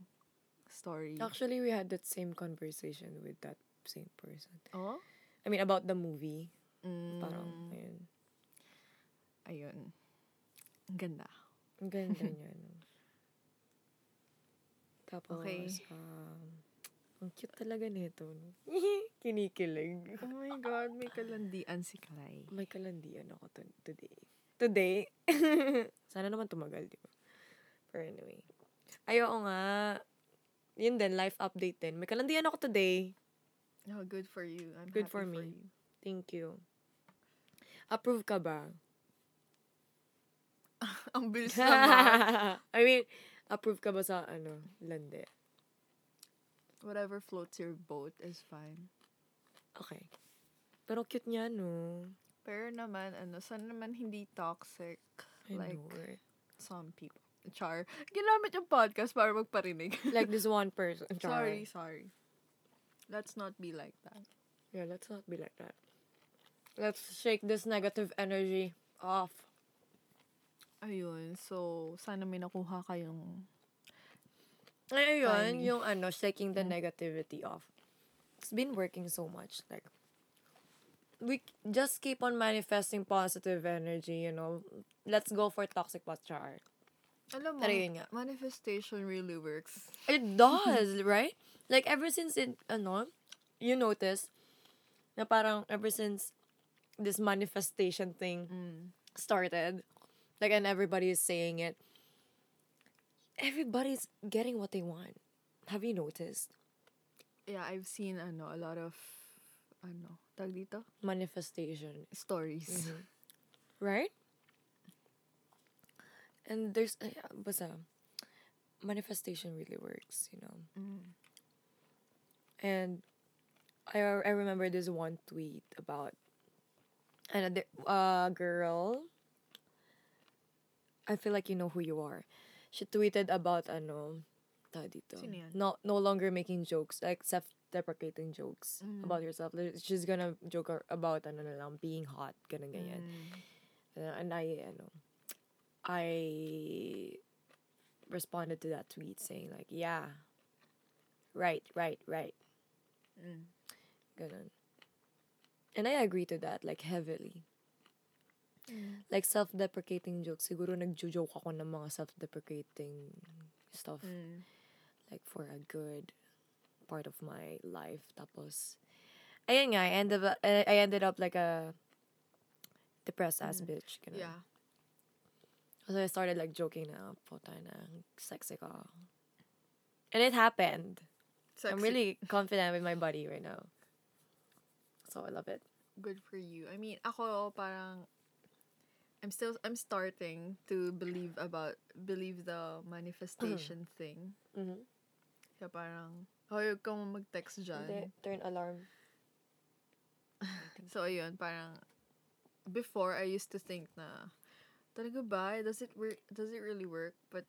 [SPEAKER 1] story.
[SPEAKER 2] Actually, we had that same conversation with that same person.
[SPEAKER 1] Oh?
[SPEAKER 2] I mean, about the movie.
[SPEAKER 1] Mm,
[SPEAKER 2] Parang, ayun.
[SPEAKER 1] ayun. Ang ganda.
[SPEAKER 2] Ang ganda niya, no? Tapos,
[SPEAKER 1] Okay.
[SPEAKER 2] um, ang cute talaga nito, no? Kinikilig.
[SPEAKER 1] Oh my God, may kalandian si Clay.
[SPEAKER 2] May kalandian ako to- today. Today? Sana naman tumagal, di ba? But anyway. Ay, oo nga. Yun din, life update din. May kalandian ako today.
[SPEAKER 1] Oh, good for you. I'm
[SPEAKER 2] Good
[SPEAKER 1] happy
[SPEAKER 2] for
[SPEAKER 1] for,
[SPEAKER 2] me.
[SPEAKER 1] you.
[SPEAKER 2] Thank you. Approve ka ba?
[SPEAKER 1] Ang bilis naman.
[SPEAKER 2] I mean, approve ka ba sa, ano, lande?
[SPEAKER 1] Whatever floats your boat is fine.
[SPEAKER 2] Okay. Pero cute niya, no?
[SPEAKER 1] Pero naman, ano, sana naman hindi toxic
[SPEAKER 2] I
[SPEAKER 1] Like-
[SPEAKER 2] know, right?
[SPEAKER 1] some people. Char. Ginamit yung podcast para magparinig.
[SPEAKER 2] Like this one person. Char.
[SPEAKER 1] Sorry, sorry. Let's not be like that.
[SPEAKER 2] Yeah, let's not be like that. Let's shake this negative energy off.
[SPEAKER 1] Ayun, so sana may nakuha kayong
[SPEAKER 2] Ay, ayun,
[SPEAKER 1] Tiny.
[SPEAKER 2] yung ano, shaking the negativity off. It's been working so much. Like, we c- just keep on manifesting positive energy, you know. Let's go for toxic pachar.
[SPEAKER 1] Alam mo,
[SPEAKER 2] Pero yun nga.
[SPEAKER 1] manifestation really works.
[SPEAKER 2] It does, right? Like ever since it ano, you notice na parang ever since this manifestation thing started, like and everybody is saying it, everybody's getting what they want. Have you noticed?
[SPEAKER 1] Yeah, I've seen ano, a lot of ano, tag dito? Mm-hmm.
[SPEAKER 2] Manifestation,
[SPEAKER 1] Stories.
[SPEAKER 2] right? And there's uh, basta, manifestation really works, you know.
[SPEAKER 1] Mm.
[SPEAKER 2] And I I remember this one tweet about another uh girl. I feel like you know who you are. She tweeted about ano, ta dito.
[SPEAKER 1] Sino yan?
[SPEAKER 2] No no longer making jokes, like self-deprecating jokes
[SPEAKER 1] Mm.
[SPEAKER 2] about yourself. Like, She's gonna joke ar- about ano na lang, being hot, ganun
[SPEAKER 1] Mm.
[SPEAKER 2] ganyan. Uh, And I ano, I responded to that tweet saying like, yeah. Right, right, right.
[SPEAKER 1] Mm.
[SPEAKER 2] Ganun. And I agree to that, like, heavily.
[SPEAKER 1] Mm.
[SPEAKER 2] Like, self-deprecating jokes. Siguro nagjo-joke ako ng mga self-deprecating stuff.
[SPEAKER 1] Mm.
[SPEAKER 2] Like, for a good part of my life. Tapos, ayun nga, I ended up, uh, I I ended up like a depressed ass bitch. Ganun.
[SPEAKER 1] Mm. Yeah.
[SPEAKER 2] So I started like joking na, puta na, sexy ka. And it happened. I'm
[SPEAKER 1] Sexy.
[SPEAKER 2] really confident with my body right now. So I love it.
[SPEAKER 1] good for you. I mean, ako parang I'm still I'm starting to believe about believe the manifestation thing.
[SPEAKER 2] Mhm.
[SPEAKER 1] Kaya parang hoy huwag kang mag-text dyan.
[SPEAKER 2] turn alarm.
[SPEAKER 1] So ayun, parang before I used to think na talaga ba does it work does it really work? But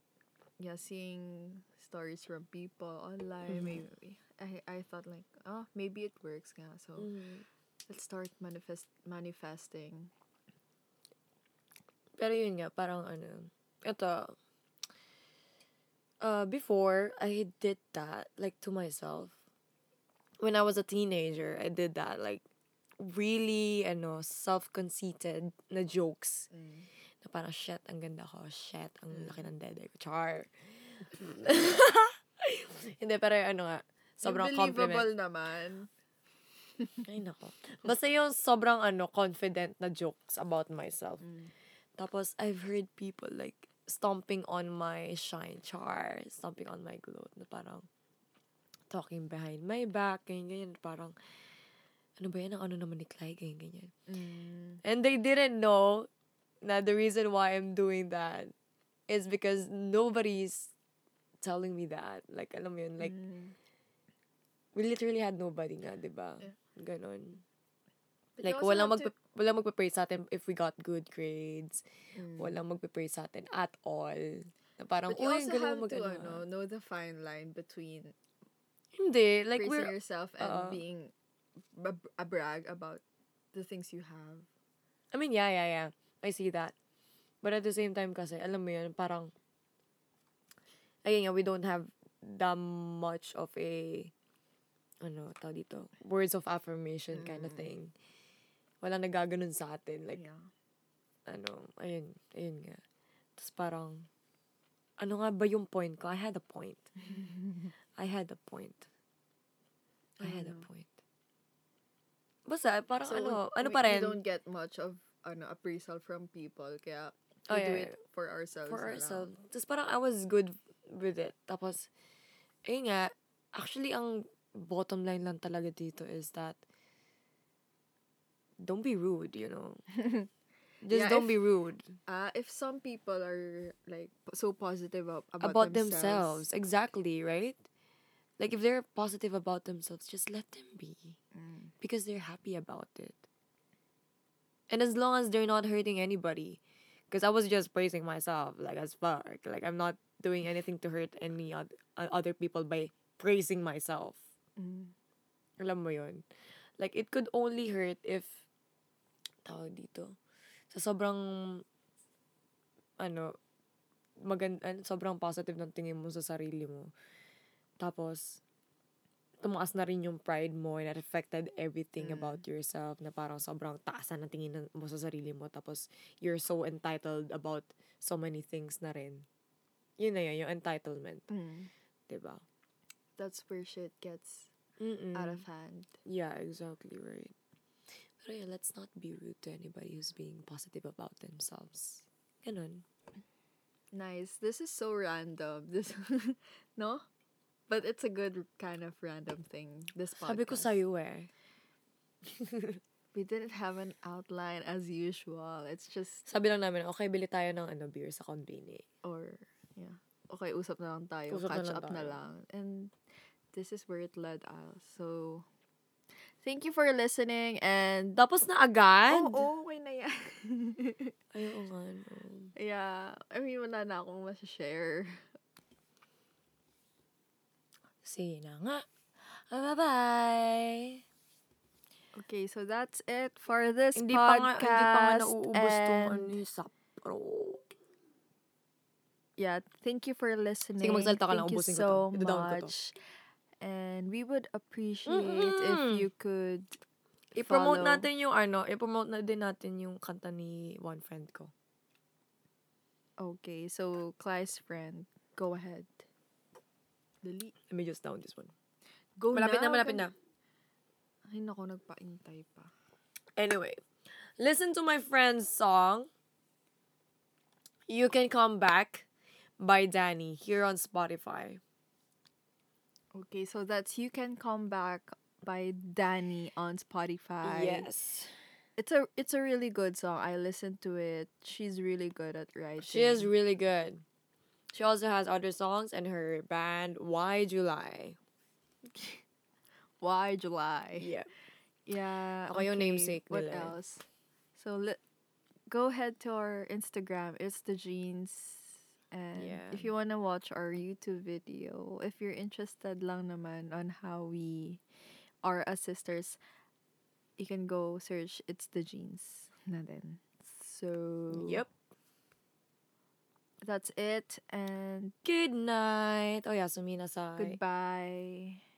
[SPEAKER 1] yeah, seeing stories from people online
[SPEAKER 2] Mm-hmm.
[SPEAKER 1] maybe I I thought like, oh, maybe it works nga. So
[SPEAKER 2] Mm-hmm.
[SPEAKER 1] let's start manifest manifesting.
[SPEAKER 2] Pero yun nga, parang ano, ito, uh, before, I did that, like, to myself. When I was a teenager, I did that, like, really, ano, self-conceited na jokes. Na parang, shit, ang ganda ko, shit, ang laki ng dede ko, char. Hindi, pero ano nga, sobrang
[SPEAKER 1] Yung
[SPEAKER 2] compliment.
[SPEAKER 1] believable naman.
[SPEAKER 2] Ay, nako. Basta yung sobrang ano, confident na jokes about myself. Tapos, I've heard people like, stomping on my shine char, stomping on my glow, na parang, talking behind my back, ganyan, ganyan, parang, ano ba yan, ang ano naman ni Clyde, ganyan, ganyan. And they didn't know na the reason why I'm doing that is because nobody's telling me that. Like, alam mo yun, like, we literally had nobody nga, di ba?
[SPEAKER 1] Yeah.
[SPEAKER 2] Ganon.
[SPEAKER 1] But you
[SPEAKER 2] Like,
[SPEAKER 1] also
[SPEAKER 2] walang,
[SPEAKER 1] have
[SPEAKER 2] magpa-
[SPEAKER 1] to-
[SPEAKER 2] walang magpa-praise sa atin if we got good grades.
[SPEAKER 1] Mm.
[SPEAKER 2] Walang magpa-praise sa atin at all. Na parang,
[SPEAKER 1] But you
[SPEAKER 2] uy, ang
[SPEAKER 1] also
[SPEAKER 2] galing
[SPEAKER 1] have
[SPEAKER 2] mo mag
[SPEAKER 1] to
[SPEAKER 2] ano,
[SPEAKER 1] ano,
[SPEAKER 2] ah."
[SPEAKER 1] know the fine line between
[SPEAKER 2] Hindi, like,
[SPEAKER 1] praising
[SPEAKER 2] we're, uh-uh.
[SPEAKER 1] yourself and
[SPEAKER 2] Oo.
[SPEAKER 1] being a, a brag about the things you have.
[SPEAKER 2] I mean, yeah, yeah, yeah. I see that. But at the same time kasi, alam mo yun, parang, ayun nga, we don't have that much of a, ano, tawag dito, words of affirmation kind
[SPEAKER 1] Hmm.
[SPEAKER 2] of thing. Walang nagaganon sa atin. Like,
[SPEAKER 1] yeah.
[SPEAKER 2] ano, ayun, ayun nga. Tapos parang, ano nga ba yung point ko? I had a point. I had a point. I had a point. Basta, parang
[SPEAKER 1] Ano? So,
[SPEAKER 2] ano,
[SPEAKER 1] we-
[SPEAKER 2] ano
[SPEAKER 1] we-
[SPEAKER 2] pa
[SPEAKER 1] we
[SPEAKER 2] rin.
[SPEAKER 1] don't get much of ano, appraisal from people. Kaya
[SPEAKER 2] Oh,
[SPEAKER 1] we
[SPEAKER 2] yeah,
[SPEAKER 1] do
[SPEAKER 2] yeah,
[SPEAKER 1] it for ourselves.
[SPEAKER 2] for
[SPEAKER 1] na lang.
[SPEAKER 2] ourselves. Tapos parang I was good with it. Tapos, ayun nga, actually, ang bottom line lang talaga dito is that don't be rude, you know? Just
[SPEAKER 1] Yeah,
[SPEAKER 2] don't
[SPEAKER 1] if-
[SPEAKER 2] be rude.
[SPEAKER 1] Ah, if some people are like p- so positive ab- about,
[SPEAKER 2] about
[SPEAKER 1] themselves.
[SPEAKER 2] themselves. Exactly, right? Like if they're positive about themselves, just let them be
[SPEAKER 1] Mm.
[SPEAKER 2] because they're happy about it. And as long as they're not hurting anybody, because I was just praising myself like as fuck. Like I'm not doing anything to hurt any oth- uh, other people by praising myself.
[SPEAKER 1] Mm.
[SPEAKER 2] Alam mo yun? Like it could only hurt if tawag dito. Sa sobrang ano, ah, maganda, sobrang positive ng tingin mo sa sarili mo. Tapos, tumaas na rin yung pride mo and it affected everything
[SPEAKER 1] Mm.
[SPEAKER 2] about yourself na parang sobrang taas na ng tingin na- mo sa sarili mo tapos you're so entitled about so many things na rin. Yun na yun, yung entitlement,
[SPEAKER 1] Mm.
[SPEAKER 2] 'di ba?
[SPEAKER 1] That's where shit gets
[SPEAKER 2] Mm-mm.
[SPEAKER 1] out of hand.
[SPEAKER 2] Yeah, exactly right. Pero yeah, let's not be rude to anybody who's being positive about themselves. Ganun.
[SPEAKER 1] Nice. This is so random. This no? But it's a good kind of random thing. This podcast.
[SPEAKER 2] Sabi ko sa'yo eh.
[SPEAKER 1] We didn't have an outline as usual. It's just
[SPEAKER 2] Sabi lang namin, okay, bili tayo ng ano, beer sa konbini.
[SPEAKER 1] or yeah. Okay, usap na lang tayo.
[SPEAKER 2] Usap na
[SPEAKER 1] catch
[SPEAKER 2] lang
[SPEAKER 1] up na
[SPEAKER 2] tayo.
[SPEAKER 1] lang. And this is where it led us. So thank you for listening and
[SPEAKER 2] Tapos na agad?
[SPEAKER 1] Oh, oh, okay na yan.
[SPEAKER 2] Ay, oo nga. no.
[SPEAKER 1] yeah. I mean, wala na akong share
[SPEAKER 2] Sige na nga. Bye-bye!
[SPEAKER 1] Okay, so that's it for this
[SPEAKER 2] Hindi pa nga,
[SPEAKER 1] podcast.
[SPEAKER 2] hindi pa nga nauubos tong
[SPEAKER 1] and-
[SPEAKER 2] ano yung sapro.
[SPEAKER 1] yeah, thank you for listening.
[SPEAKER 2] magsalita ka lang,
[SPEAKER 1] thank you
[SPEAKER 2] ubusin ko to.
[SPEAKER 1] so
[SPEAKER 2] Idodown ko to.
[SPEAKER 1] much. And we would appreciate
[SPEAKER 2] Mm-mm.
[SPEAKER 1] if you could
[SPEAKER 2] I-promote
[SPEAKER 1] follow.
[SPEAKER 2] natin yung ano, i-promote na din natin yung kanta ni one friend ko.
[SPEAKER 1] Okay, so Cly's friend, go ahead. Lili.
[SPEAKER 2] Let me just down this one.
[SPEAKER 1] Go
[SPEAKER 2] Malapit na, malapit na.
[SPEAKER 1] Ay, nako, nagpaintay pa.
[SPEAKER 2] Anyway, listen to my friend's song. You can come back by Danny here on Spotify.
[SPEAKER 1] Okay, so that's You Can Come Back by Danny on Spotify.
[SPEAKER 2] yes,
[SPEAKER 1] It's a it's a really good song. I listened to it. She's really good at writing.
[SPEAKER 2] she is really good. She also has other songs and her band Why July.
[SPEAKER 1] Why July?
[SPEAKER 2] Yeah.
[SPEAKER 1] Yeah.
[SPEAKER 2] Ako yung namesake
[SPEAKER 1] What
[SPEAKER 2] nila eh.
[SPEAKER 1] else? So let go head to our Instagram. It's the jeans. And
[SPEAKER 2] Yeah.
[SPEAKER 1] if you wanna watch our YouTube video, if you're interested lang naman on how we are as sisters, you can go search it's the jeans. Na din. So
[SPEAKER 2] Yep.
[SPEAKER 1] that's it and
[SPEAKER 2] Good night. Oh yeah, sumina sa.
[SPEAKER 1] goodbye.